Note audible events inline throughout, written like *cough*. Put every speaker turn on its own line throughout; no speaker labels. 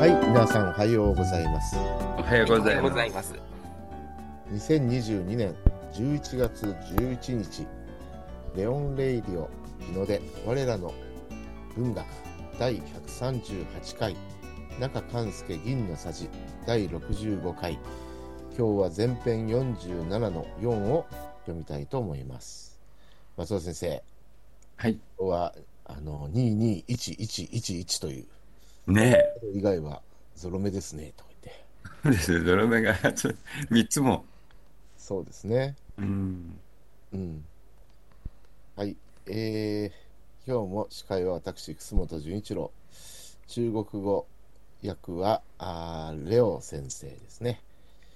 皆さんおはようございます
おはようございます。
います。
2022年11月11日レオンレイディオ日の出我らの文学第138回中勘介銀のさじ第65回今日は前編47の4を読みたいと思います松尾先生
はい。
今日はあの221111という
ね
以外はゾロ目ですねと言って
え。ですね、ドラマが3つも。
そうですね
うん。
うん。はい。えー、今日も司会は私、楠本純一郎。中国語訳は、あーレオ先生ですね。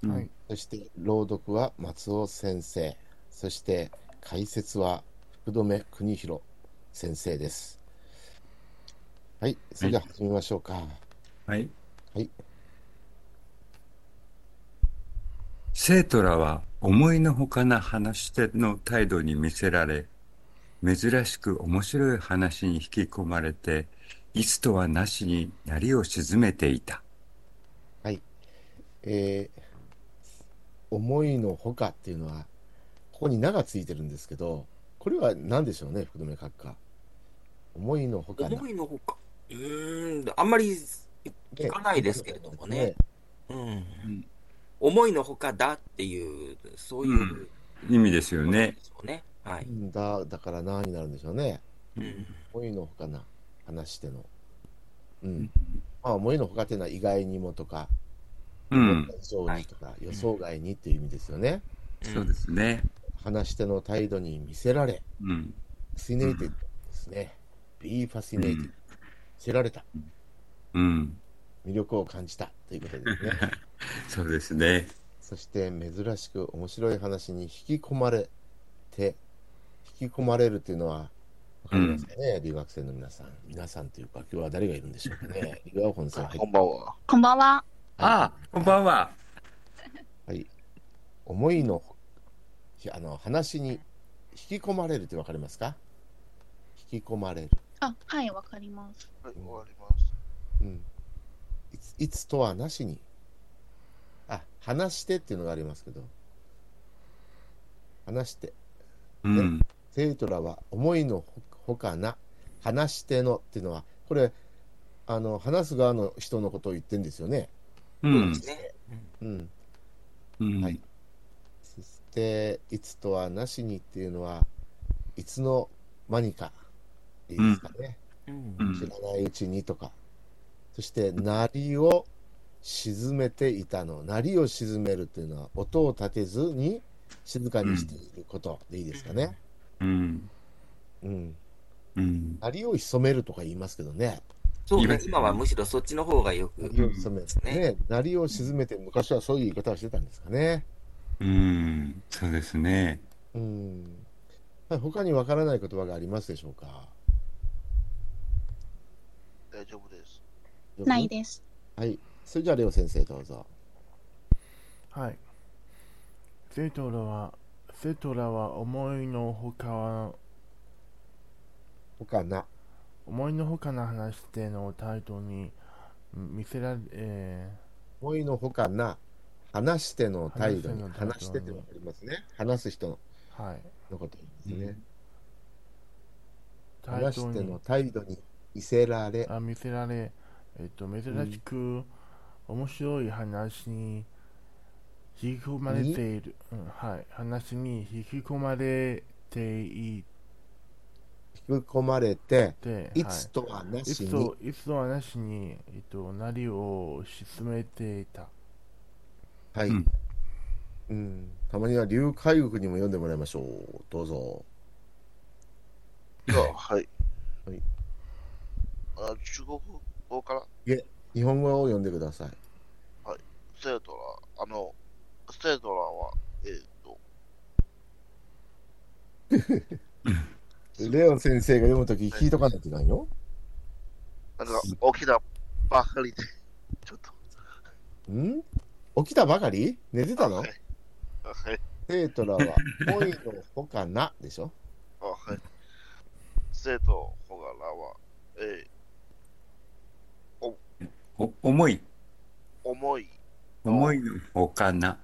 はい。
そして、朗読は松尾先生。そして、解説は福留邦弘先生です。はい。それでは始めましょうか。
はい。
はい。
生徒らは思いのほかな話し手の態度に見せられ、珍しく面白い話に引き込まれて、いつとはなしになりを沈めていた。
えー、思いのほかっていうのは、ここに「名」がついてるんですけど、これは何でしょうね、福留閣下。思いのほかな
思いのほか。うーん、あんまり聞かないですけれどもね。うん、思いのほかだっていう、そういう、
うん意味ですよね
で。しょうね。は
ね
い。
んだ、だから「な」になるんでしょうね。
うん、
思いのほかな、話しての。うん。まあ、思いのほかっていうのは意外にもとか、
うん。
以上にとか、予想外にっていう意味ですよね。
そうですね。
話し手の態度に見せられ、
うん。
fascinated ですね。be
う
fascinated、
ん。
知られた。
うん。
魅力を感じたということ *laughs* ですね。
そうですね。
そして珍しく面白い話に引き込まれて、引き込まれるというのは、わかりますかね、留学生の皆さん。皆さんというか、今日は誰がいるんでしょうか *laughs* ね。リガオホンさん、はい
こんばんは。
こんばんは。
ああ、こんばんは。
思いのひあの話に引き込まれるってわかりますか引き込まれる。
あ、はい、わかります。
はい、
終
終
わ
わります。
うん、いついつとはなしに。あ、話してっていうのがありますけど、話して。
うん。
生徒らは思いのほほかな話し手のっていうのはこれあの話す側の人のことを言ってんですよね。
う
そうで
ん
す。ね。
うん、
うん
はいそして「いつとはなしに」っていうのはいつの間にかいいですかね、
うん
うん
知らないうちにとかそして「鳴りを沈めていたの」「鳴りを沈める」っていうのは音を立てずに静かにしていることでいいですかね。
うん。
うん、
うん。
鳴りを潜めるとか言いますけどね。
そうね、今はむしろそっちの方がよく。
鳴りを沈めて
うん
ね、鳴りを沈めて、昔はそういう言い方をしてたんですかね。
うん。そうですね。
うん。はい他にわからない言葉がありますでしょうか。
大丈夫です。
ないです。
はい。それじゃあ、レオ先生、どうぞ。
はい。生徒らは、生徒らは思いのほかは、
他な。
思いのほかな話での態度にうん見せられ、え
思いのほかな。話しての態度に。話
話
し
してて
って
の態度に
わかりますね。話す人の
ーはい。
のことですね。話
態度
しての
に
態度に見せられ。
あ見せられ、えっと、珍しく、面白い話に引き込まれている、うん、はい。話に引き込まれてい
引き込まれて、
て、
い
はい
つとはいなし
つ
に
といつとはなしに、えっと、なりを沈めていた。
はい、
うん
うん、たまには龍海国にも読んでもらいましょう。どうぞ。
あはい。
はい。
あ中国語から
日本語を読んでください。
生徒ら、あの、生徒らは、えっ、と、
レオ先生が読むとき聞いとかないといけないよ。
なんか起きたばかりで、 *laughs* ちょっと、
ん起きたばかり寝てたの
はいあはい。
生徒らは恋のほかなで
*laughs*
しょ
あはい。生徒ほがらは、えー
お、重い。
思い、
思いのほかな。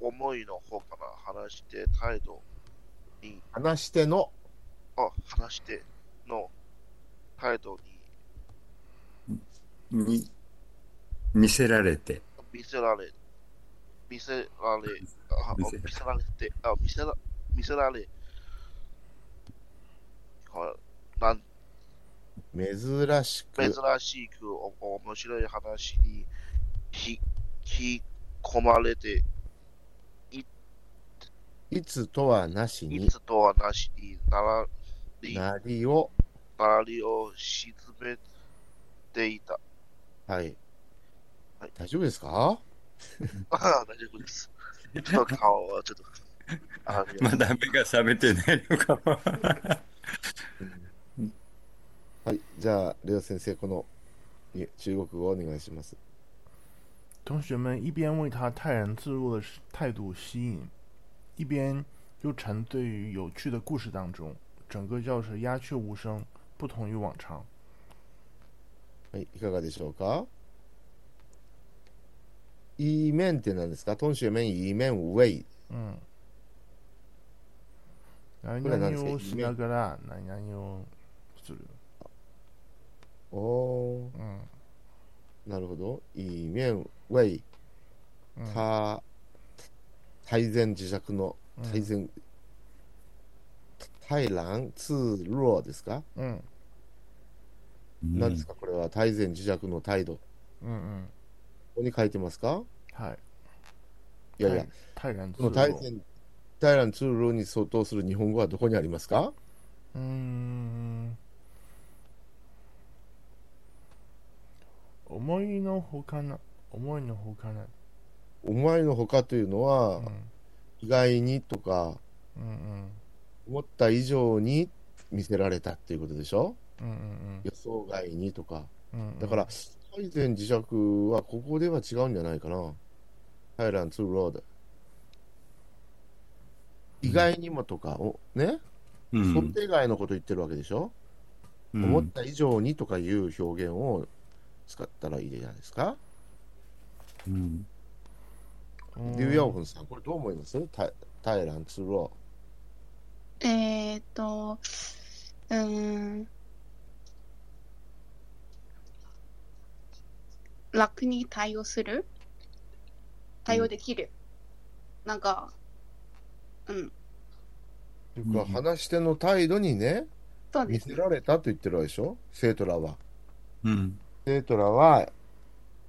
思いの方から話して態度に、
話しての、
あ、話しての態度に
に見せられて、
見せられ、見せられ、あ
見せ
見せられて、あ、見せら、見せられ、はなん
珍しく、
珍しくお面白い話に引き込まれて、
いつとはなし
い
に、
つとはなしにならり、な
なりを、
りを沈めていた。 *laughs*
はい
はい。
大丈夫ですか
ああ、大丈夫です。ちょっと顔はちょっと。あ
まだ目が覚めてないのかも。
はい。じゃあ、レオ先生、このえ中国語をお願いします。
同学们一边为他泰然自若的态度吸引，一边又沉醉于有趣的故事当中。整个教室鸦雀无声，不同于往常。
はい。いかがでしょうかいい面って何ですかトンシュメン、いい面、ウェイ。
嗯。何
これは何ですか
々をしながら何々をする。
おー、
うん。
なるほど。いい面、ウェイ。
うん
た、泰然自若の
う
泰
ん
然、泰然自若ですか、
うん
なん、何ですかこれは泰然自若の態度。こ
うんうん。
こに書いてますか
はい。
いやいや、
泰然自
この
若。
泰然、泰然自若に相当する日本語はどこにありますか
うーん。思いのほかな。思いのほかな。
お前のほかというの
う
は
ん。、
意外にとか、
うんうん。
思った以上に見せられたっていうことでしょ
うんうん
予想外にとか。
うんうん。
だから、泰然自若はここでは違うんじゃないかな。泰然ツーロード。意外にもとか、をね、
う
想
ん
定外のこと言ってるわけでしょ、
うん
思った以上にとかいう表現を使ったらいいじゃないですか。
うん
うん、
リュウヤオフンさん、これどう思います泰泰然ツーロ
えーっと、うーん。楽に対応する対応できる、なんか、うん、
ー。というか、話し手の態度にね、
そうで
見
す
せ
ね。
られたと言ってるわけでしょ生徒らは。
うん
生徒らは、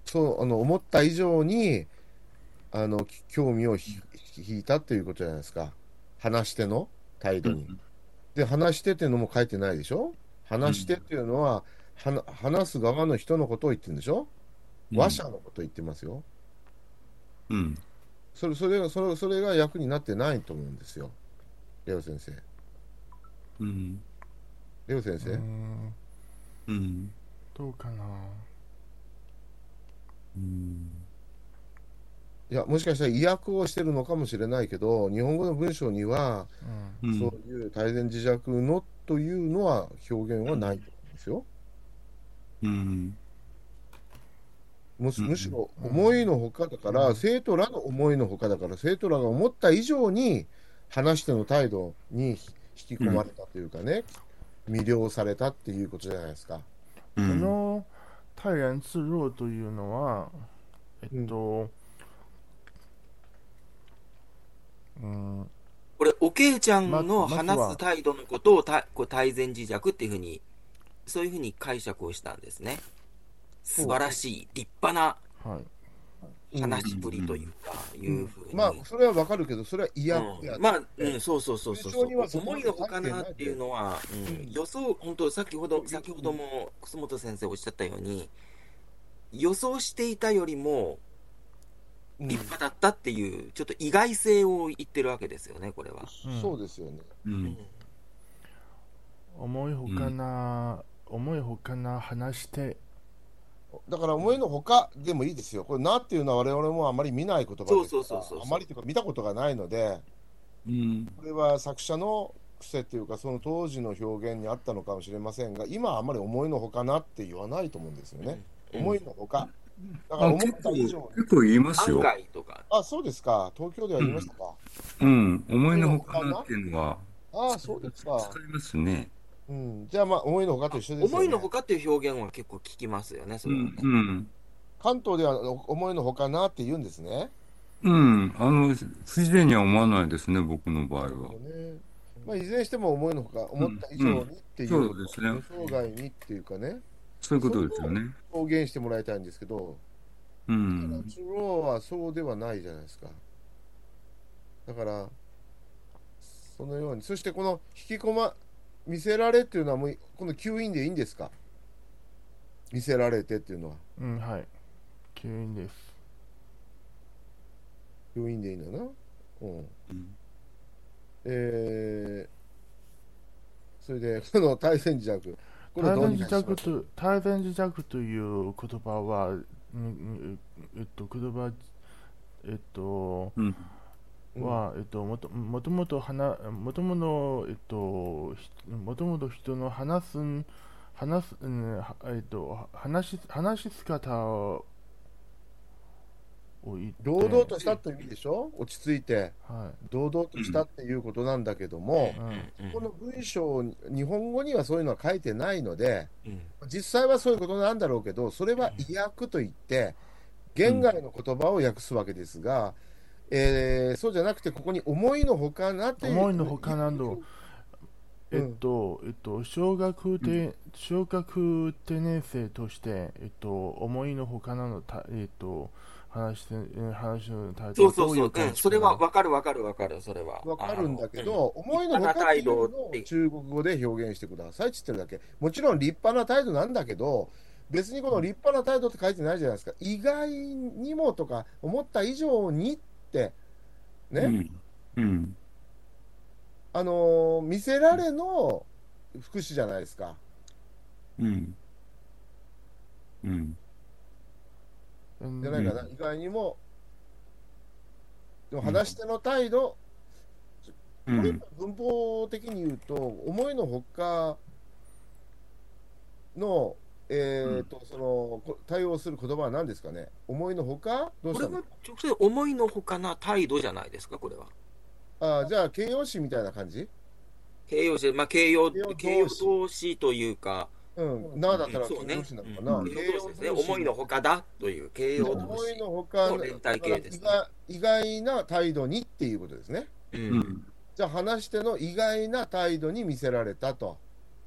そう、あの、思った以上に、あの、き興味をひ引いたということじゃないですか。話しての態度に。で、話してっていうのも書いてないでしょ話してっていうのは、はな話す側の人のことを言ってるんでしょ話者のことを言ってますよ。
うん
それ、それが、それ、それが役になってないと思うんですよ。レオ先生。
うん
レオ先
う
生。
ん。
うん
どうかな。
うん
いや、もしかしたら意訳をしてるのかもしれないけど、日本語の文章には、
うん。
うん
そういう大然自弱のというのは表現はないと思うんですよ。
うん
むし
うん
むしろ思いのほかだから、
うん
生徒らの思いのほかだから生徒らが思った以上に話しての態度に引き込まれたというかね、魅了されたっていうことじゃないですか。
う
こ
ん
の泰然自若というのは、えっと、うん、
これ、おけいちゃんの
ままずは
話す態度のことをたこう泰然自若っていうふうに、そういうふうに解釈をしたんですね。素晴らしい、立派な
はい。
話しぶりというか、いうふうに。
まあそれはわかるけどそれは意訳や、
うん、まあ、うん、そうそうそうそうそ
非常には
う。
そこま
思
で
いのほかなっていうのは、
て
う、
なんい
予想、本当先ほど、先ほども楠本先生おっしゃったように、予想していたよりも
うん
立派だったっていう、ちょっと意外性を言ってるわけですよね、これは。
うん
そうですよね。
うん
思いほかな、思いほかな話して、
だから思いのほかでもいいですよ。これなっていうのは我々もあまり見ない言葉ですから
そうそうそうそうそう
あまりというか見たことがないので。
うん
これは作者の癖っていうかその当時の表現にあったのかもしれませんが今はあまり思いのほかなって言わないと思うんですよね、
うん
思いのほかだから
あ
思っ
結
た
構
以上に。
結構言います
案
よ。
外とか。
あ、そうですか。東京では言いましたか。
うん、思いのほかなっていうのは
あ、そうですか。
使いますね。
うん。じゃあまあ、思いのほかと一緒ですよ、ね。
思いのほかっていう表現は結構聞きますよね、そうれは
ん
ね。、
うん。
関東ではお思いのほかなって言うんですね。
うん、あの、不自然には思わないですね、僕の場合は。
ねまあ、いずれにしても思いのほか、思った以上にっていう、
うんそうですね
予想外にっていうかね、
そういうことですよね。
表現してもらいたいんですけど、
う
ただ
ん。
中央はそうではないじゃないですか。だから、そのように、そしてこの引き込ま、見せられっていうのはもう、この吸引でいいんですか見せられてっていうのは、
うん、はい。吸引です。
吸引でいいんだな。うん。
うん
えー、それで、この対戦自弱。これ
対
どう
電
にか
磁
しま
弱と対電磁弱という言葉は、うんうんえっと、言葉、えっと、
うん。
うん
は、えっと、もともともと話、もともと、えっと、ひもともと人の話すん、話す、うん、はえっと、話し、話し姿を言って、
堂々としたって意味でしょ落ち着いて
は
堂々としたっていうことなんだけども
い、、うん、
うん
この文章に日本語にはそういうのは書いてないので
うん
実際はそういうことなんだろうけどそれは意訳といって言外の言葉を訳すわけですが、えーそうじゃなくてここに思いのほかなっていう
思いのほかなど
うん
えっと、えっと、小学で、小学定年生として、えっと、思いのほかなのた、えっと、話して、え話の態
そ
度
うそう
ど
そう、
いう感
う
じ
ん、それはわかるわかるわかる、それは。
わかるんだけ
あの、
ど、思いのほかっていうのを中国語で表現してくださいって言ってるだけ。もちろん立派な態度なんだけど、別にこの立派な態度って書いてないじゃないですか。意外にもとか、思った以上にって、ね、
うん。うん。
あのー見せられの福祉じゃないですか。
うん。うん。
うん
じゃないかな、意外にも。でも、話し手の態度、
う
これ
ん。
文法的に言うと、思いのほかの、えーとそのこ対応する言葉は何ですかね、思いのほか、どう
こ
し
れ
た
は
の
直接思いのほかな態度じゃないですか、これは。
あーじゃあ、形容詞みたいな感じ、
形容詞、まあ、形容
形容動詞
形容動詞というか、
うん、なあだったら形
そうね
容詞なのか
う
な、
ん
形
形
容
容
詞
詞
ですね、思いのほかだという形容動
思
詞
い。のほか
の連帯形ですね
だから意外意外な態度にっていうことですね。
う
うんん。
じゃあ、話し手の意外な態度に見せられたと。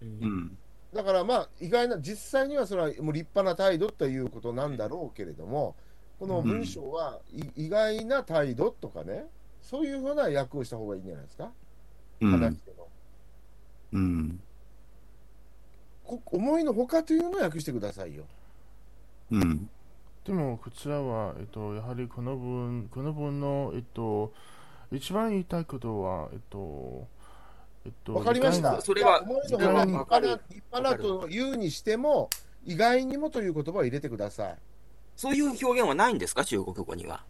う
うん
ん。
だからまあ意外な実際にはそれはもう立派な態度ということなんだろうけれどもこの文章はい意外な態度とかねそういうふうな訳をした方がいいんじゃないですか
う
話し
ん。
ての、
うん。
こ思いのほかというのを訳してくださいよ
うん。
でもこちらは、えっと、やはりこの文この文の、えっと、一番言いたいことは、えっと、えっと、
わかりまし
意
た
外
それは
思いのほか立派な
わかる
立派なと言うにしても意外にもという言葉を入れてください
そういう表現はないんですか、中国語には。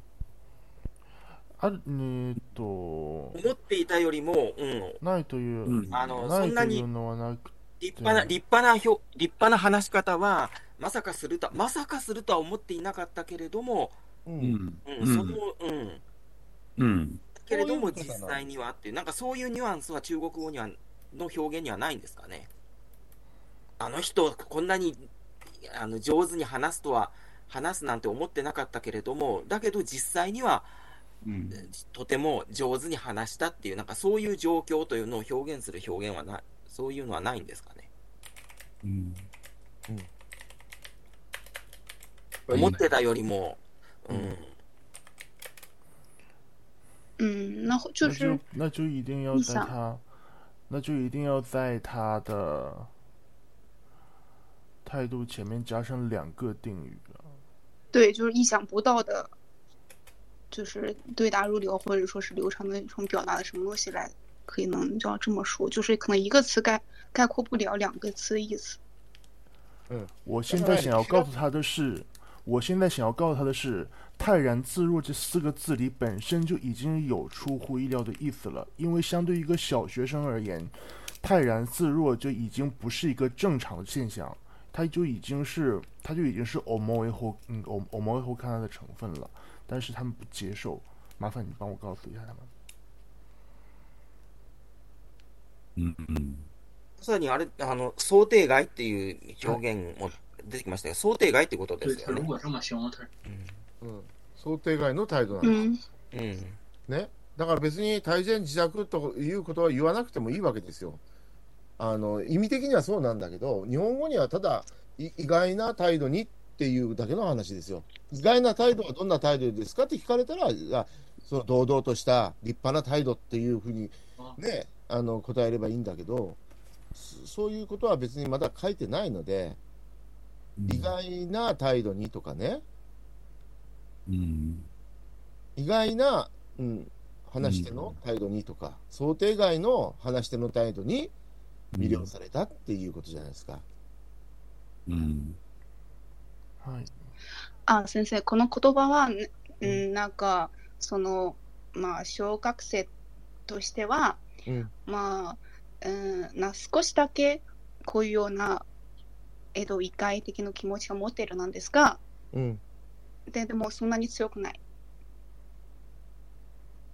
ある、えっと、
思っていたよりも、うん、
ないという、
うん
あの
な
そん
いと
な
いう
に
のはなく
立派な、
うん
立派な表、立派な話し方は、まさかすると、まさかするとは思っていなかったけれども、
うん
うん。
うん
うん
その、うん、
うん。
けれど
そ
も
ういうこと
実
なの
際にはっていう、なんかそういうニュアンスは中国語にはの表現にはないんですかね。あの人、こんなにあの上手に話すとは、話すなんて思ってなかったけれども、だけど実際には
うん。
とても上手に話したっていう、なんかそういう状況というのを表現する表現はない、そういうのはないんですかね。
うん。
思ってたよりも、うん、
嗯，那就
那就是那就一定要
你
在
想
他，那就一定要在他的态度前面加上两个定语啊。
对，就是意想不到的，就是对答如流，或者说是流畅的一种表达的什么东西来，可以能叫这么说，就是可能一个词概概括不了两个词的意思。
我现在想要告诉他的是，我现在想要告诉他的是，泰然自若这四个字里本身就已经有出乎意料的意思了，因为相对于一个小学生而言，泰然自若就已经不是一个正常的现象，它就已经是它就已经是欧盟维护嗯欧欧盟维护看它的成分了，但是他们不接受，麻烦你帮我告诉一下他们。
うんうん。
さらにあれ、あの、想定外っていう表現も出てきましたけど、想定外ってことで
对
す
他
よ
如
ね。
果这么凶，他
うん、想定外の態度なんだ、
嗯，
うん。
ね。だから別に大前自宅ということは言わなくてもいいわけですよ。あの意味的にはそうなんだけど、日本語にはただい意外な態度にっていうだけの話ですよ。意外な態度はどんな態度ですかって聞かれたら、いやその堂々とした立派な態度っていうふうに、ね、あの答えればいいんだけど、そそういうことは別にまだ書いてないので、意外な態度にとかね、
うん。
意外な、うん、話し手の態度にとか、想定外の話し手の態度に魅了されたっていうことじゃないですか。
うん。
はい。
あ先生、この言葉は、ねうん、なんか、その、まあ、小学生としては、
うん
まあ、うん、な少しだけこういうような、えど、異界的な気持ちを持っているなんですが、
うん
で、でもそんなに強くない。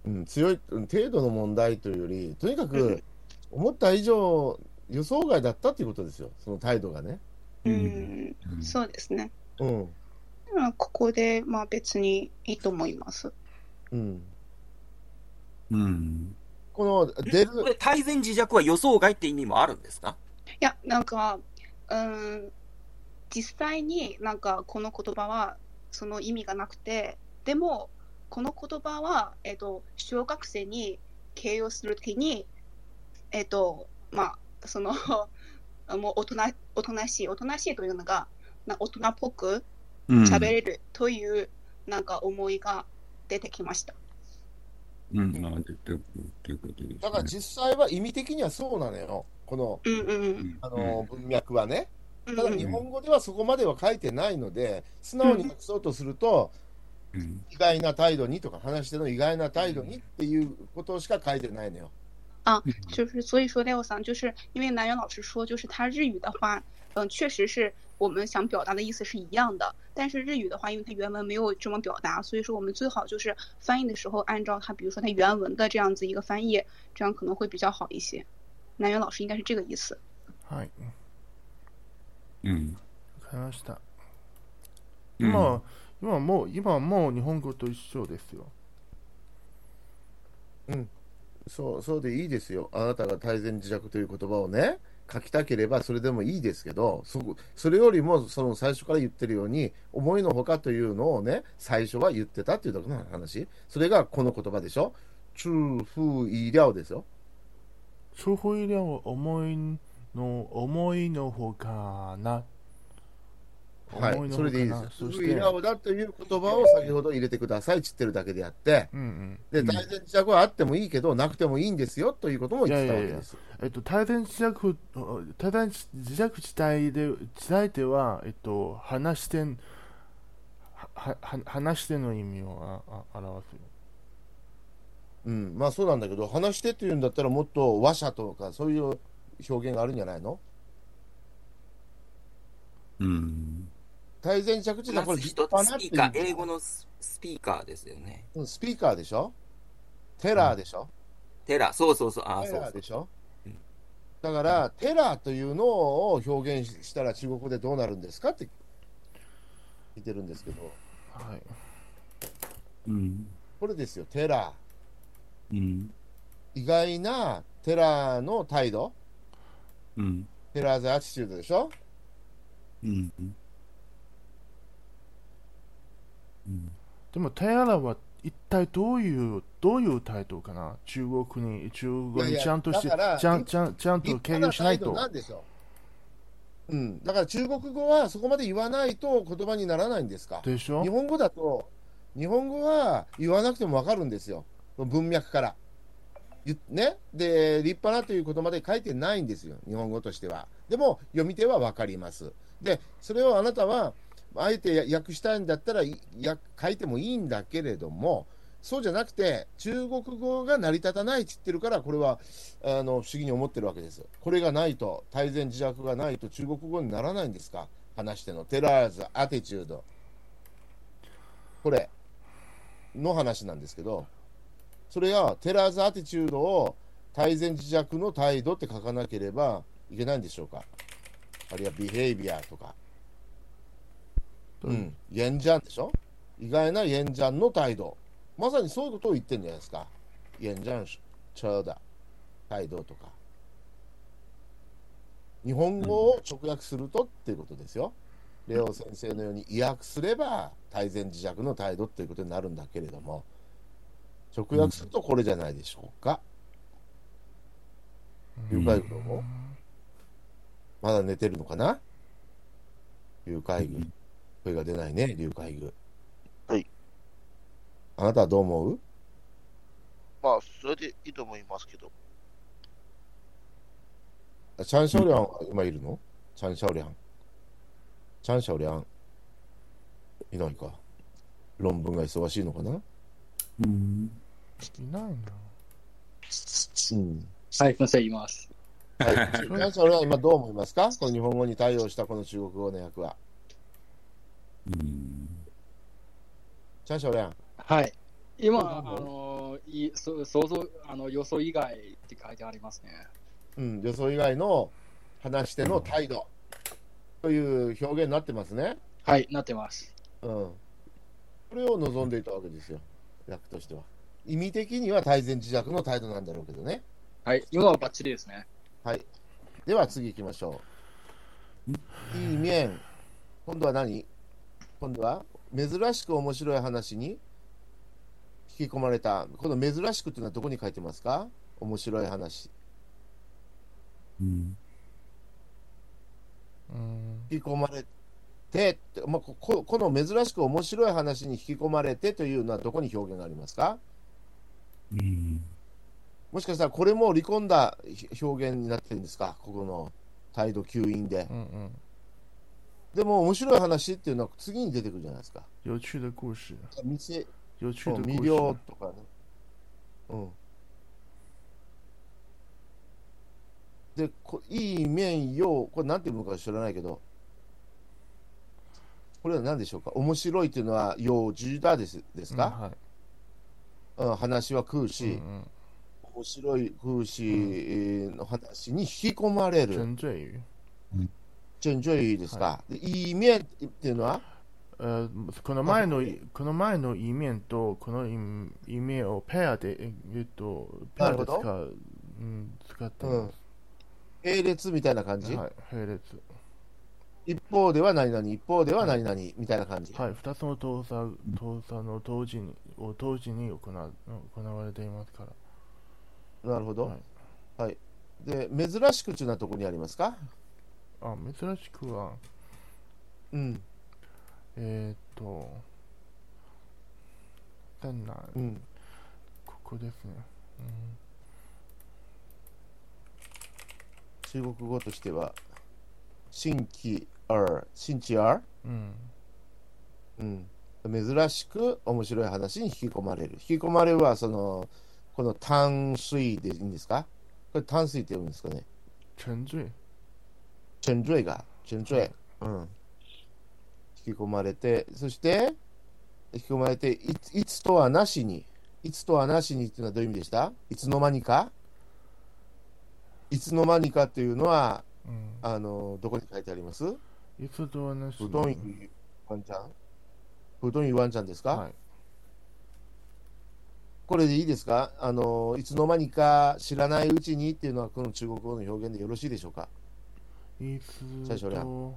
うん、強いうん程度の問題というより、とにか
う
く思った以上、予想外だったっていうことですよ、その態度がね。
うん、
うん
そうですね。
うん
うんここで、まあ、別にいいと思います。
うん、
うん。
この出
こ
る、
れ、大前自弱は予想外って意味もあるんですか
いや、なんか、うん、実際になんかこの言葉はその意味がなくて、でも、この言葉は、えっと、小学生に形容するときに、えっと、まあ、その、 *laughs* もう大人、おとなしい、おとなしいというのが、な大人っぽく
うん。
喋れるという、なんか思いが出てきました。
うん。あ、出てくるっていうことですね。
だから実際は意味的にはそうなのよ、この
うんうん
うん
あの文脈はね。
うん。
ただ日本語ではそこまでは書いてないので、素直に訳そうとすると、
うん
意外な態度にとか話し手の意外な態度にっていうことしか書いてないのよ。
啊就是所以说 Leo 桑，就是因为南源老师说，就是他日语的话，嗯，确实是我们想表达的意思是一样的，但是日语的话，因为它原文没有这么表达，所以说我们最好就是翻译的时候按照它，比如说它原文的这样子一个翻译，这样可能会比较好一些。南源老师应该是这个意思。
はい。
うん。
わかりました。
うん
今は、今はもう今はもう日本語と一緒ですよ。
そうそうでいいですよ。あなたが大前自弱という言葉をね、書きたければそれでもいいですけど、そこそれよりもその最初から言ってるように、思いのほかというのをね、最初は言ってたっていうだけの話。それがこの言葉でしょ。中風医療ですよ。
情報医療は思いの思いのほかな。
は
思
い、
の
そ
ほ
れ
かな
でいいです。
そ
中
し
風医
て、
療だという言葉を先ほど入れてくださいって言ってるだけであって、
うんうん。
で、
うん
大前自弱はあってもいいけど、なくてもいいんですよということも言ってたわけです。
えっと、対談自弱、対談自弱自体で、自体では、えっと、話してん、ははは話しての意味をああ表すよ。
うん、まあそうなんだけど、話してっていうんだったら、もっと話者とか、そういう表現があるんじゃないの
うん。
大前着地がこ
ま
れ
ず
立
一
派
つ
な
ス
ってい
ピーカー、
う
英語のススピーカーですよね。
うんスピーカーでしょテラーでしょ、
テラ、そうそうそう、あー
テ
そ
ラー
う
でしょ
うん
だから、テラーというのを表現ししたら中国語でどうなるんですかって聞いてるんですけど、
はい。
うん。
これですよ、テラ
うん。
ー。意外なテラーの態度、
うん。
テラーズアチチュードでしょ
うん。うん。
でも、テラは一体どういう、どういう態度かな中国に、中国
いやい
に
や
ちゃんとして、
だから
ちゃん、ちゃん、ちゃんと経由しない
立派態
と
度。なんでしょう。うん、だから中国語はそこまで言わないと言葉にならないんですか。
でしょ
日本語だと、日本語は言わなくてもわかるんですよ、文脈から。ゆね、で、立派なということまで書いてないんですよ、日本語としては。でも、読み手はわかります。で、それをあなたは、あえて訳したいんだったらい訳書いてもいいんだけれども、そうじゃなくて、中国語が成り立たないって言ってるから、これはあの不思議に思ってるわけです。これがないと、泰然自若がないと中国語にならないんですか話しての。テラーズ、アテチュード。これの話なんですけど、それがテラーズ・アテチュードを泰然自若の態度って書かなければいけないんでしょうかあるいはビヘイビアとか。うん。エンジャンでしょ意外なエンジャンの態度。まさにそういうことを言ってるんじゃないですか。エンジャン、チャーダ、態度とか。日本語を直訳するとっていうことですよ。レオ先生のように意訳すれば、泰然自若の態度ということになるんだけれども、直訳するとこれじゃないでしょうか。誘拐軍をまだ寝てるのかな誘拐
う
軍。声が出ないね、誘拐軍。
はい。
あなたはどう思う
まあ、それでいいと思いますけど、
あチャンシャオリャンは今いるのチャンシャオリャン。チャンシャオリャン。いないか。論文が忙しいのかな
うん
いないな。
うん。
はい、先生います。
*laughs*
はい。チャンシャオリャン今どう思いますかこの日本語に対応したこの中国語の訳は。
うん
チャンシャオリャン。
はい。今、
ど
あ
うぞ
の、いそ想像、あの、予想以外って書いてありますね。
うん、予想以外の話しての態度という表現になってますね。
はい、なってます。
うん。これを望んでいたわけですよ、役としては。意味的には泰然自若の態度なんだろうけどね。
はい、今はバッチリですね。
はい。では次行きましょう。いい面。今度は何今度は珍しく面白い話に引き込まれた。この珍しくっていうのはどこに書いてますか面白い話。
うん
嗯，
引き込まれてって、まあ、こここの珍しく面白い話に引き込まれてというのはどこに表現がありますか
うん
もしかしたらこれも離婚だひ表現になってるんですかここの態度吸引で。
嗯嗯，
でも面白い話っていうのは次に出てくるじゃないですか。
有趣的故事，
見せ
有趣
そう
的
魅
故事。
了とかね。うん。で、こいい面よう、これなんていうのか知らないけど、これは何でしょうか面白いっていうのは、よう、重大ですです
嗯
か、
はい
うん話は食うし、
嗯
面白い食うし、えーの話に引き込まれ
嗯，
る。
沉醉于，
ちょいちょいですか、でい、い面っていうのは、
呃、この前のこの前の一面とこの一面をペアでええっとペアで使
なるほ
う、うん、使って
う
ま
ん、並列みたいな感
す。
じ、
はい、並列。
一方では何々、一方では何々みたいな感じ。
はい、二つの動作動作の同時にを同時に行う行われていますから。
なるほど。
はい
で、珍しくっていうのはどこにありますか
あ、珍しくは
うん、
えー、っと、なんなん
うん。
ここですね。
中国語としては、新規而、新規而、
うん。うん
うん。珍しく面白い話に引き込まれる。引き込まれるは、その、この淡水でいいんですかこれ淡水って呼ぶんですかね
沉醉。
沈醉が、沈醉。うん。引き込まれて、そして、引き込まれて、いついつとはなしに、いつとはなしにっていうのはどういう意味でしたいつの間にかいつの間にかっていうのは、
うん。
あの、どこに書いてあります
いつとはなし
う
に。
どんゆワンちゃんうどんゆワンちゃんですか、
はい。
これでいいですかあの、いつの間にか知らないうちにっていうのは、この中国語の表現でよろしいでしょうか
いつ
最初俺
と、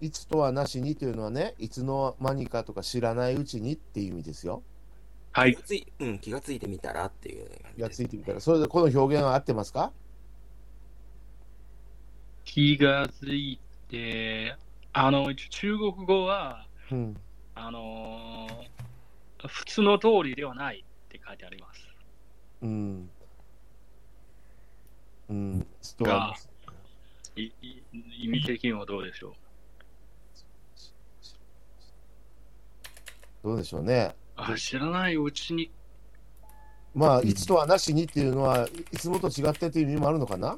いつとはなしにというのはね、いつの間にかとか知らないうちにっていう意味ですよ。
は
気が。つい、うん、気がついてみたらっていう感
い
じ
や、
で
つ
す。
いてみたら。それでこの表現は合ってますか
気がついて、あの、中国語は、
うん。
あのー普通の通りではないって書いてあります。
うん。うん。とは
が、いい意味的にはどうでしょう
どうでしょうね。
あ知らないうちに、
まあ、
うん
いつとはなしにっていうのは、いつもと違ってという意味もあるのかな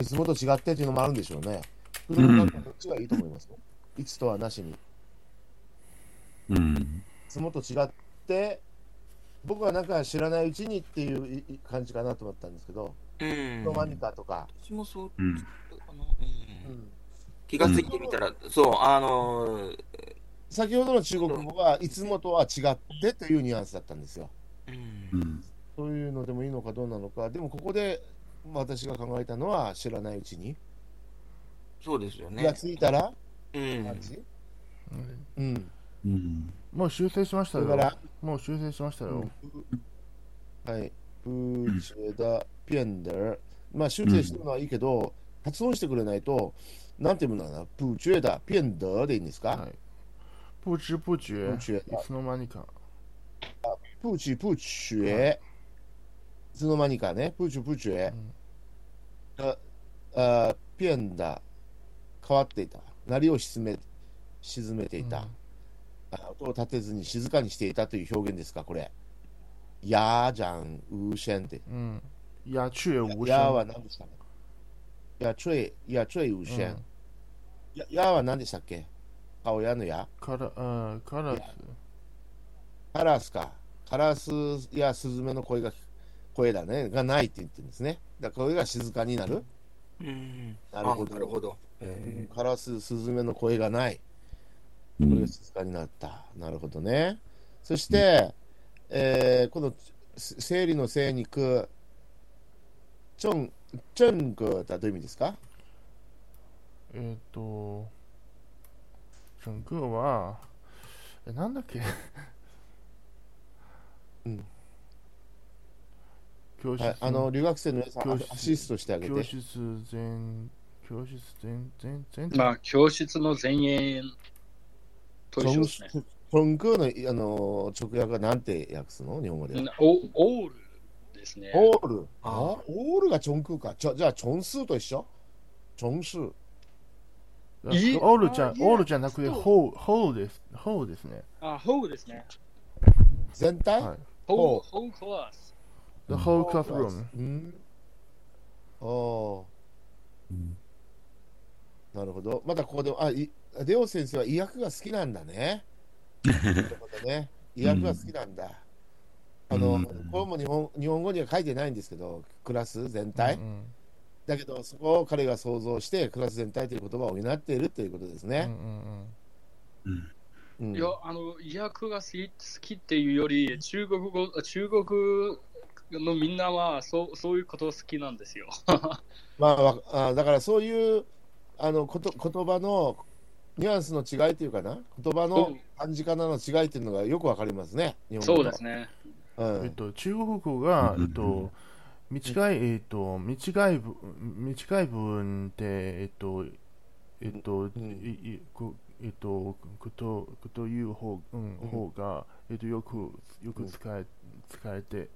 いつもと違ってというのもあるんでしょうね。こっちがいいと思いますよ。いつとはなしに。い
うん。
つもと違って、僕はなんか知らないうちにっていういい感じかなと思ったんですけど、
うん
いつの間にかとか、
私もそう、
うん
あのうん気がついてみたら、そう、あのー
先ほどの中国語はいつもとは違ってというニュアンスだったんですよ。
う、
うんん。
そういうのでもいいのかどうなのか、でもここで私が考えたのは知らないうちに、
そうですよ
気が
ね。
ついたら、
うん
感、じうん。
うん。
もう修正しました
それから
よ。もう修正しましたよ。
はい。不觉得变得，まあ修正するのはいいけど、発音してくれないと、なんていうのかな、不觉得变得でいいんですか？
はい。不知不觉
不、觉
いつの間にか。
不知不觉、いつの間にかね、不知不觉
うん、
あ、变得変わっていた、鳴りを沈め沈めていた、あ音を立てずに静かにしていたという表現ですか、これ。やじゃん、うしんって。
うん。鸦雀无声。
やは何でしたかやちょい、やちょい無
う
線。
ん。
ややは何でしたっけ青やのや
から、うん、からず。
カラスか。カラスやスズメの声が、声だね。がないって言ってるんですね。だから声が静かになる。
うん、
なるほど
あなるほど。え
カラス、スズメの声がない。これが静かになった。なるほどね。そして、えーこのせ生理の生肉、チョン、チョングだどういう意味ですか
えっと、整个は、え、なんだっけ
うん。
教室
はい、あの、留学生の皆さん、
教
ア
室
アシストしてあげ
教
て。
室全、教室全、全、全、
まあ、教室の前衛と一緒ですね。
トンクーのあの直訳はなんて訳すの日本語では。
おオールですね。
オール。
あ
あオールがチョンクーか。じゃじゃあ、チョンスーと一緒チョンスー。
オ
いい
ールじゃ
あ、いや
オールじゃなくて、
そう
ホー、ホーです。ホーですね。
あ、ホーですね。
全体、
はい。
ホ
ほ
ー、ホークラス。
The
うん
whole classroom。
うん。お
うん
ーなるほど。またここで、あ、いレオ先生は医薬が好きなんだね。なるほどね。医薬が好きなんだ。
うん
あの、
うん
これも日本日本語には書いてないんですけど、クラス全体。
うん
だけど、そこを彼が想像して、クラス全体という言葉を補っているということです
うんうん
ね。うん
いや、あの、医薬が好き好きっていうより、中国語、あ中国のみんなはそうそういうこと好きなんですよ。
まあわあ、だからそういうあのこと言葉のニュアンスの違いというかな、言葉
う
の
ん
漢字かなの違いというのがよくわかりますね、日本語
そ
と
うですね。
う
うんえ
ん、
っと、中国語が、
うん
えっと、短い、えっと、短いぶ、短い文で、えっと、えっと、
ん
いいこえっと、こと、こという方、うん、
うん
方が、えっと、よく、よく使え、使えて、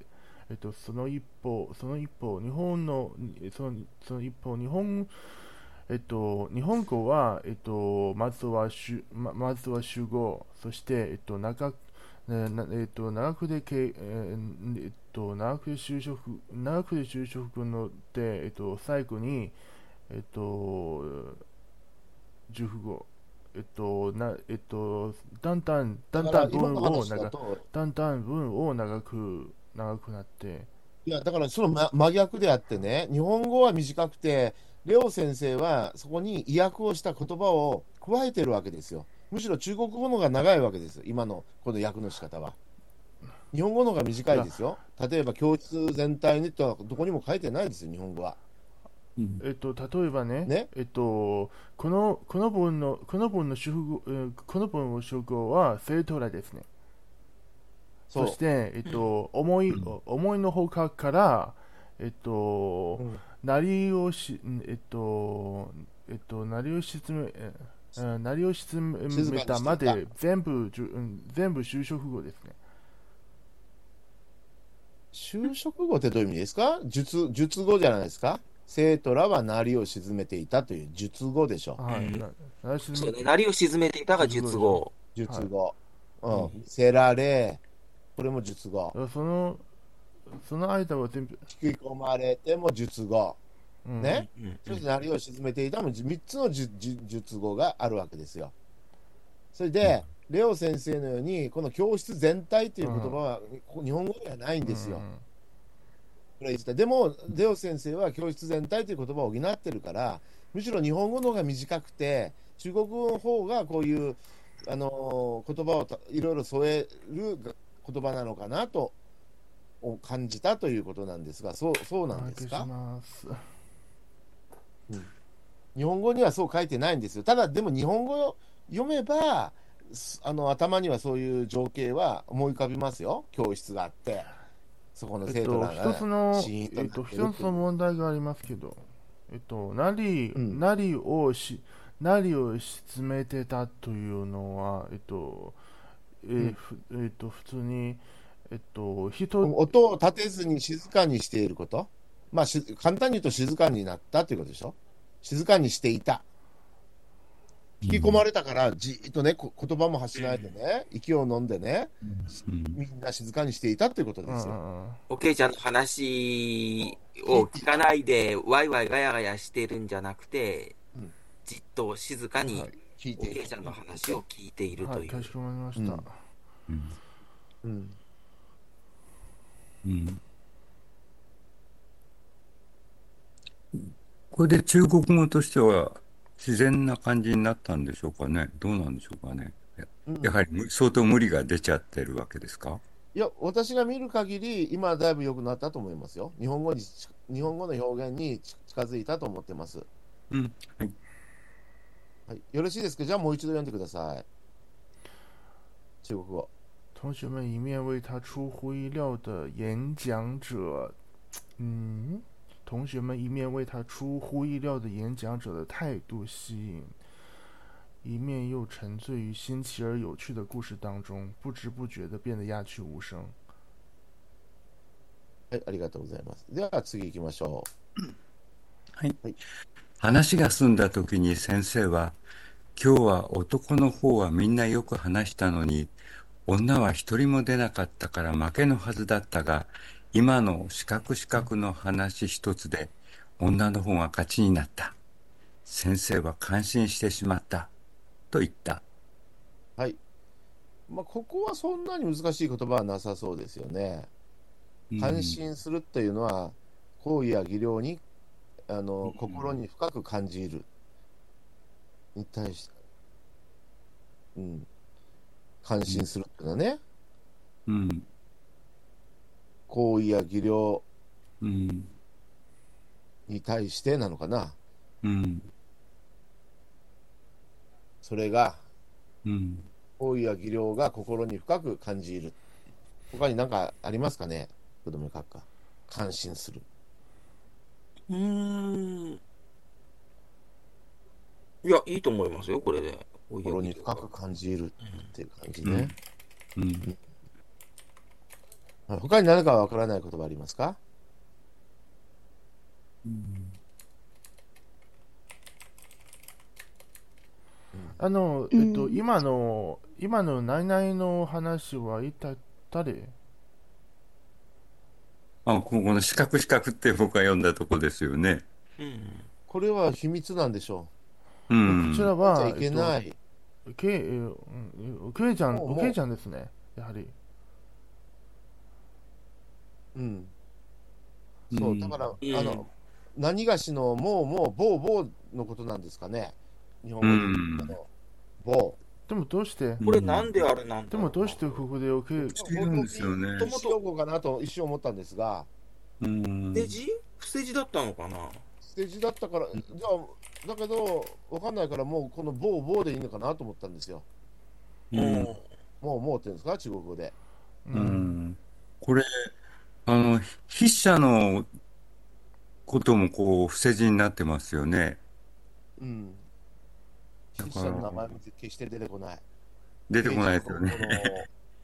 えっと、その一方、その一方、日本の、にその、その一方、日本、えっと、日本語は、えっと、まずは主、ままずは主語、そして、えっと、長く、ねなえっと、長くでけ、えーえっと、長くで就職、長くで就職ので、えっと、最後に、えっと、熟語、えっと、な、えっと、だんだん、だん
だか
だ
ら
ん
今
文
の
を
話
長
だ
く、
と、
だんだん文を長く、長くなって、
いや、だからその真真逆であってね、日本語は短くて、レオ先生はそこに意訳をした言葉を加えてるわけですよ。むしろ中国語の方が長いわけです、今のこの訳の仕方は。日本語の方が短いですよ。例えば教室全体にとはどこにも書いてないですよ、日本語は。
うん
えっと、例えばね、
ね
えっと、この、この文の、この文の主語、えーこの文の主語は、セイトラですね。
そう
そして、えっと、思い、思いのほかから、えっと、
うん
鳴りをし、えっと、えっと、鳴りを沈め、えうん鳴りを沈
静かに
め
してい
た
た
まで、全部、じゅうん全部就職語ですね。
就職語ってどういう意味ですか術術語じゃないですか生徒らはりを沈めていたという術語でしょ。
はい。
うん
な鳴り沈
そう
め
ね、鳴りを沈めていたが術後。
術語。
い
うん。見せられ、これも術語。
だからその、その間は全部、
引き込まれても術語。
うん、
ね。
うん
そして鳴りを沈めていたも3つの術術語があるわけですよ。それで、レオ先生のように、この教室全体という言葉は、こ日本語にはないんですよ。これ自体でも、レオ先生は教室全体という言葉を補ってるから、むしろ日本語の方が短くて、中国語の方がこういう、あのー言葉をたいろいろ添える言葉なのかなとを感じたということなんですが、そうそう
うん。
な
お
ん
願い
です
し
か
ます。
日本語にはそう書いてないんですよ。ただ、でも日本語を読めば、すあの頭にはそういう情景は思い浮かびますよ。教室があって、そこの
え
生
っ
徒
と、
らが、
一つの、
シーンと
えっと、
なってるっていう
一つの問題がありますけど、えっと、なり、
うん
なりをし、なりを沈めてたというのは、えっと、えー
うん
ふえっと、普通に、えっと、人、
音を立てずに静かにしていること。まあ、し簡単に言うと静かになったということでしょ。静かにしていた。引き込まれたから、じーっとね、こ言葉も発しないでね、息を飲んでね、
うん
みんな静かにしていたということ
う
で
ん
す
う
よ。
んうん
おけいちゃんの話を聞かないで、ワイワイガヤガヤしてるんじゃなくて
うん、
じっと静かに
聞い
お
てい
け
る
いちゃんの話を聞いている
は
と
い、
い
か
う
し。こまりました。
うん
う
う
ん
ん
うんこれで中国語としては自然な感じになったんでしょうかね。どうなんでしょうかね。や
うん
やはりむ相当無理が出ちゃってるわけですか。
いや、私が見る限り、今はだいぶ良くなったと思いますよ。日本語にち、日本語の表現にち近づいたと思ってます。
うん。はい
はい、よろしいですかじゃあもう一度読んでください。中国語。
同学们一面为他出乎意料的演讲者，嗯，同学们一面为他出乎意料的演讲者的态度吸引，一面又沉醉于新奇而有趣的故事当中，不知不觉地变得鸦雀无声。
はい、ありがとうございます。では次行きましょ
話が済んだ時に先生は、今日は男の方はみんなよく話したのに、女は一人も出なかったから負けのはずだったが、今の四角四角の話一つで、女の方が勝ちになった。先生は感心してしまった。と言った。
う。はい。まあ、ここはそんなに難しい言葉はなさそうですよね。感心するというのは、好意や技量に、あの、
うん
心に深く感じる。に対して、うん。感心するっていうのはね。
うん。
行為や技量
うん。
に対してなのかな
うん。
それが
うん。
行為や技量が心に深く感じる他に何かありますかね子供閣下感心する
うーん。いや、いいと思いますよ、これで。おい
心
お
に
い
深く感じるっていう感じ
う
ね
ん、うん。
はい他に何かわからない言葉ありますか
あの、えっと、
うん
今の今のないないの話は一体誰？
あ、ここの四角四角って僕が読んだとこですよね。
うん。
これは秘密なんでしょ
うん。
こちら
うじゃ
は、
いけな
え
い、
っと、けえーうんけいちゃん、
もうもう
けいちゃんですね。やはり。
うん
うん
そうだから、
うん
あの何がしのもうもうぼうぼうのことなんですかね日本語
うん
で言うと某
でもどうして？
これなんであれなんだろうな
でもどうしてここでおけい
違うんですよね
もともとかなと一瞬思ったんですが、
うん
不正字不正字だったのかな
ステージだったから、じゃあ、だけど、わかんないから、もうこの某某でいいのかなと思ったんですよ。
うん。
もうもうっていうんですか、中国語で。
う
うんんこれ、あの、筆者のこともこう、伏せ字になってますよね。
うん。
だ
筆
から
者の名前も決して出てこない。
出てこないですよね。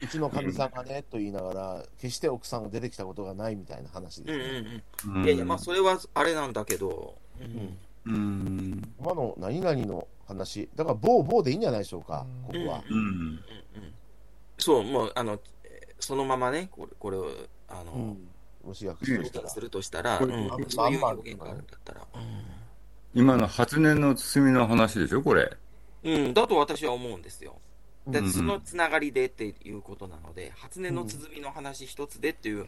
うちのかみさんがね、と言いながら、決して奥さんが出てきたことがないみたいな話
う
で
ん
す
う
ね。
ん
う
うん。
ん
いやいや、まあ、それはあれなんだけど。うんん。
うん。
今の何々の話。だから、某某でいいんじゃないでしょうか、ここは。
う。ん。
うんうんそう、もう、あの、そのままね、これ、これを、あの、
もし訳すとしたら。
するとしたら、
う
うんん
これ
そういう
まんま
表現があるんだったら、
今の初音の包みの話でしょ、これ。
うん、うんだと私は思うんですよ。だ
うんうん
そのつながりでっていうことなので、初音の鼓の話一つでっていう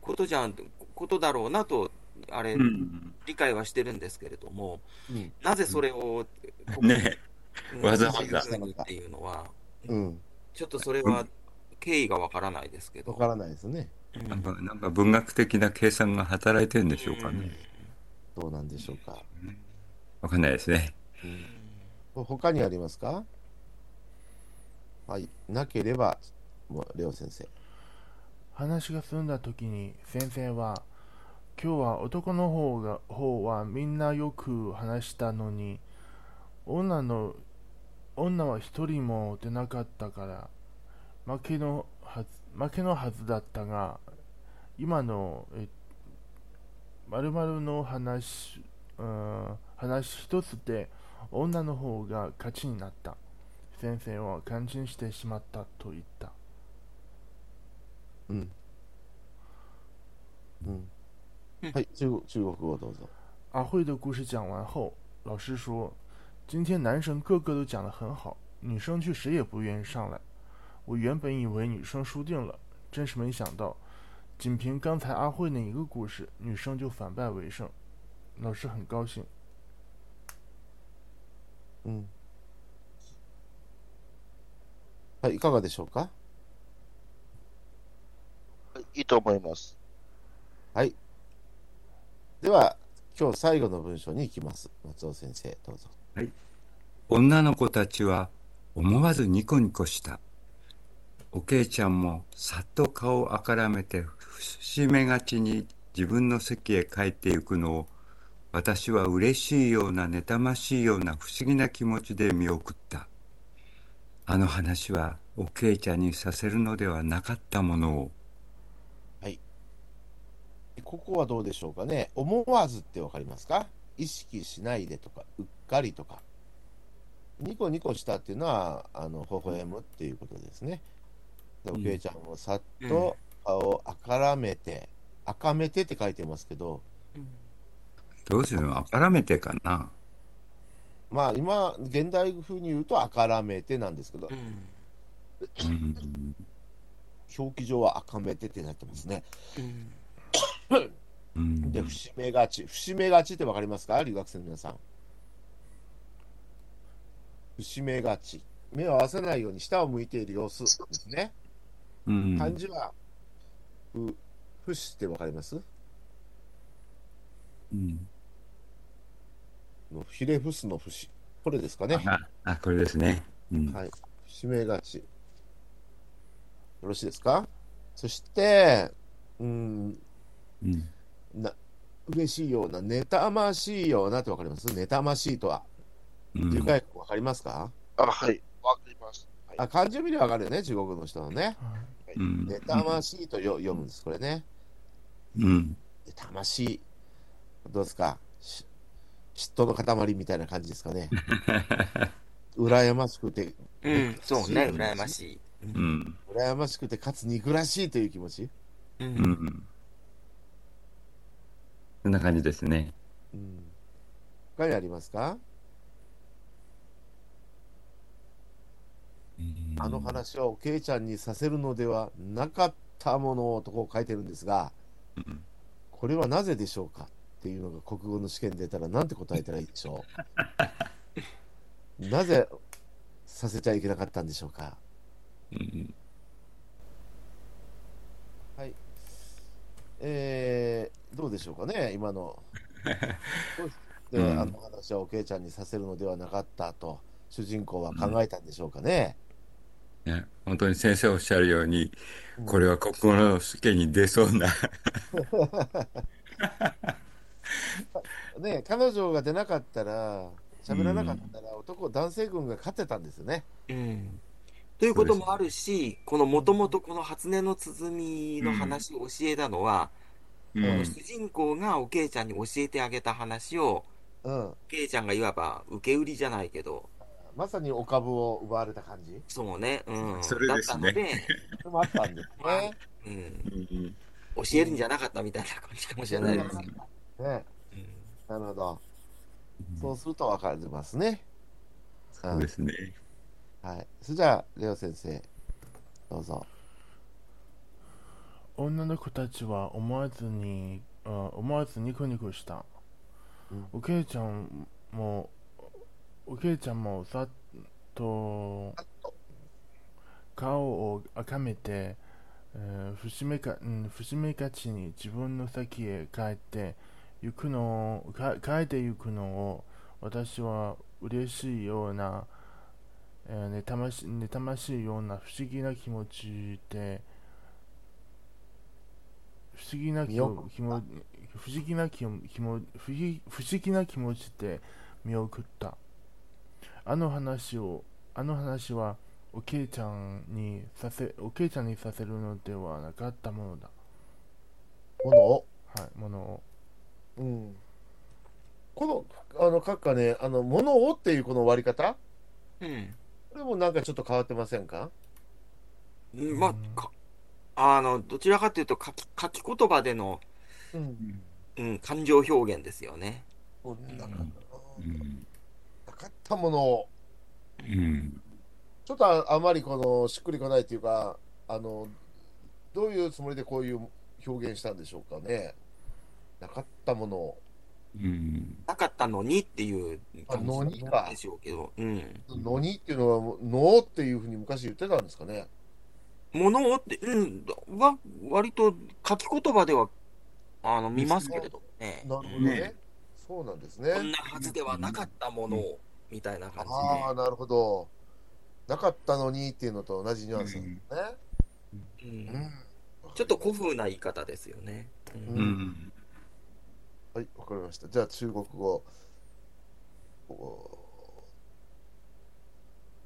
ことじゃん、ことだろうなと、あれ、
うん。
理解はしてるんですけれども、
うん
なぜそれを、
ね
うん
わざわざ
そういうふうにっていうのは、
うん。
ちょっとそれは経緯がわからないですけど。
わからないですね。
うん
なんか、なんか文学的な計算が働いてるんでしょうかね。
どうなんでしょうか。
わかんないですね。
他にありますかはい。なければ、もうレオ先生。
話が済んだ時に先生は「今日は男の方が方はみんなよく話したのに女の女は一人も出なかったから負けのはず負けのはずだったが今のえ〇〇の話うん話一つで女の方が勝ちになった先生は感心してしまったと言った
うん。うん
う。ん
はい。中国中国語どうぞ。
阿慧的故事讲完后，老师说：“今天男生个个都讲得很好，女生却谁也不愿意上来。我原本以为女生输定了，真是没想到，仅凭刚才阿慧那一个故事，女生就反败为胜。”老师很高兴。
うん。はい。いかがでしょうか
いいと思います。
では、今日最後の文章に行きます。松尾先生、どうぞ。
女の子たちは思わずニコニコした。おけいちゃんもさっと顔をあからめて伏し目がちに自分の席へ帰ってゆくのを私は嬉しいような妬ましいような不思議な気持ちで見送った。あの話はおけいちゃんにさせるのではなかったものを。
ここはどうでしょうかね。思わずってわかりますか意識しないでとか、うっかりとか。ニコニコしたっていうのは、あの、微笑むっていうことですね。で、お
うん
けいちゃんもさっと顔をあからめて、あかめてって書いてますけど、
どうするのあからめてかな。
まあ今、現代風に言うとあからめてなんですけど
う、
う
ん
ん
表記上はあかめてってなってますね。
うん
うん
で、節目がち。節目がちってわかりますか留学生の皆さん。節目がち。目を合わせないように下を向いている様子ですね。
うん
漢字は、う、伏ってわかります
うん
のひれ伏すの節。これですかね。
ああ、これですね。うん
はい。節目がち。よろしいですかそして、うん、
うん
な、嬉しいような、妬ましいようなってわかります妬ましいとは。
うん
理解わかりますか、
あ、はい。わかります。はい
あ、漢字を見ればわかるよね、中国の人のね。
うん
妬ましいとよ読むんです、これね。
うん。
妬ましい。どうですかし嫉妬の塊みたいな感じですか
*laughs*
ね。羨ましくて、
うん、そうね、
うん
羨ましい。う
うんん。
羨ましくて、かつ憎らしいという気持ち。
う
うんん。そんな感じですね。
うん。他にありますかあの話はおけいちゃんにさせるのではなかったものをとこう書いてるんですが、
うん
これはなぜでしょうかっていうのが国語の試験で出たらなんて答えたらいいでしょ
*laughs*
うなぜさせちゃいけなかったんでしょうか
うん
えー、どうでしょうかね今
*laughs*
ので、
うん
あの話はおけいちゃんにさせるのではなかったと主人公は考えたんでしょうかね、
ね本当に先生おっしゃるように
うん、
これは国語の試験に出そうな。
ね彼女が出なかったら喋らなかったら男、男性軍が勝ってたんですよね
うんということもあるし、このもともとこの初音の鼓の話を教えたのは、
うん
主人公がおけいちゃんに教えてあげた話を
うん、
ケイちゃんがいわば受け売りじゃないけど、
まさにお株を奪われた感じ
そうね、うん、
それ
だっ
です
た
ね
ので、
でもあったんですね。
う
う
ん、
ん
教えるんじゃなかったみたいな感じかもしれないですけど。
ね
うん
なるほど。そうすると分かりますね。
そうですね。
はい。それじゃあ、レオ先生、どうぞ。
女の子たちは思わずに、あ思わずニコニコした、
うん
おけいちゃんもおけいちゃんもさっと顔を赤めて、えー伏めかうん伏めがちに自分の先へ帰って行くのをか帰って行くのを私は嬉しいような、えー、妬まし妬ましいような不思議な気持ちで不思議な気
見送
も気も不思議な気も気も不思議不思議な気持ちで見送ったあの話をあの話はおけいちゃんにさせおけいちゃんにさせるのではなかったものだ
この、
はいものを
うん。この、あの、閣下ね、あの、ものをっていうこの割り方
うん
これもなんかちょっと変わってませんか
うんま
うん
あ、かあの、どちらかというと書き、書き言葉での、
うん。
うん、感情表現ですよね。
こんな
うんうん
なかったものを、
うん
ちょっとああまりこの、しっくりこないというか、あの、どういうつもりでこういう表現したんでしょうかね。なかったものを。
うん
なかったのにっていう
あ
感
の
じ
にか
でしょうけど、うん。
のにっていうのは、のっていうふうに昔言ってたんですかね。
ものをって、うん、わ、割と書き言葉では、あの、見ますけれどね。
なるほどね。
ね
そうなんです
こん
ね。
なはずではなかったものを、みたいな感
ああ、なるほど。なかったのにっていうのと同じニュアンスなんですね。
じで。
う
うん
ん。
ちょっと古風な言い方ですよね。うん
う
うん
ん
はい、わかりました。じゃあ中国語。おも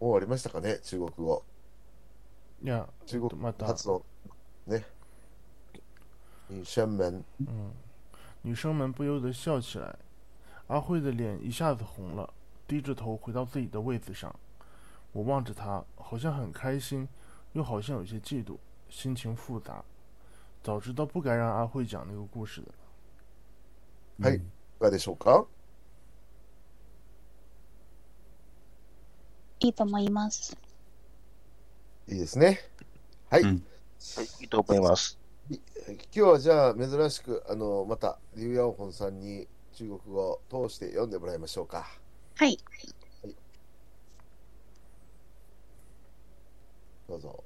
う終わりましたかね、中国語。
いや
中国
また
発音。ね。女生们
嗯，女生们不由得笑起来。阿辉的脸一下子红了，低着头回到自己的位子上。我望着他，好像很开心，又好像有些嫉妒，心情复杂。早知道不该让阿辉讲那个故事的。
はい、いかがでしょうか
いいと思います。
いいですね。はい。
うん
はい、いいと思います。
今日はじゃあ珍しくあのまたリュウヤオホンさんに中国語を通して読んでもらいましょうか。
はい。
どうぞ。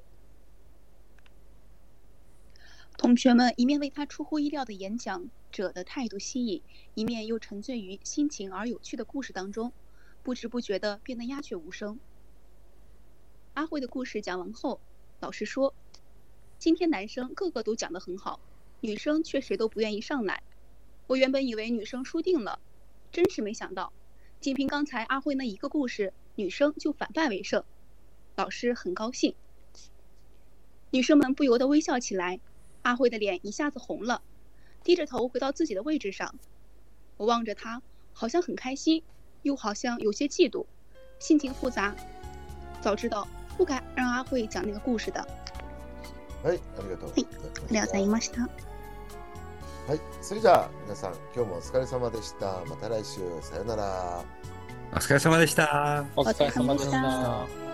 同学们一面为他出乎意料的演讲者的态度吸引，一面又沉醉于新情而有趣的故事当中，不知不觉地变得鸦雀无声。阿慧的故事讲完后，老师说：“今天男生个个都讲得很好，女生却谁都不愿意上来。我原本以为女生输定了，真是没想到，仅凭刚才阿慧那一个故事，女生就反败为胜。”老师很高兴，女生们不由得微笑起来。阿辉的脸一下子红了，低着头回到自己的位置上。我望着他，好像很开心，又好像有些嫉妒，心情复杂。早知道不该让阿慧讲那个故事的。
はい、ありがとうございま
ありがとうござい
す。
ました。
はい、それじゃあ皆さん今日もお疲れ様でした。また来週さよなら。
お疲れ様でした。
お疲れ様でし。
お疲れ様でしたた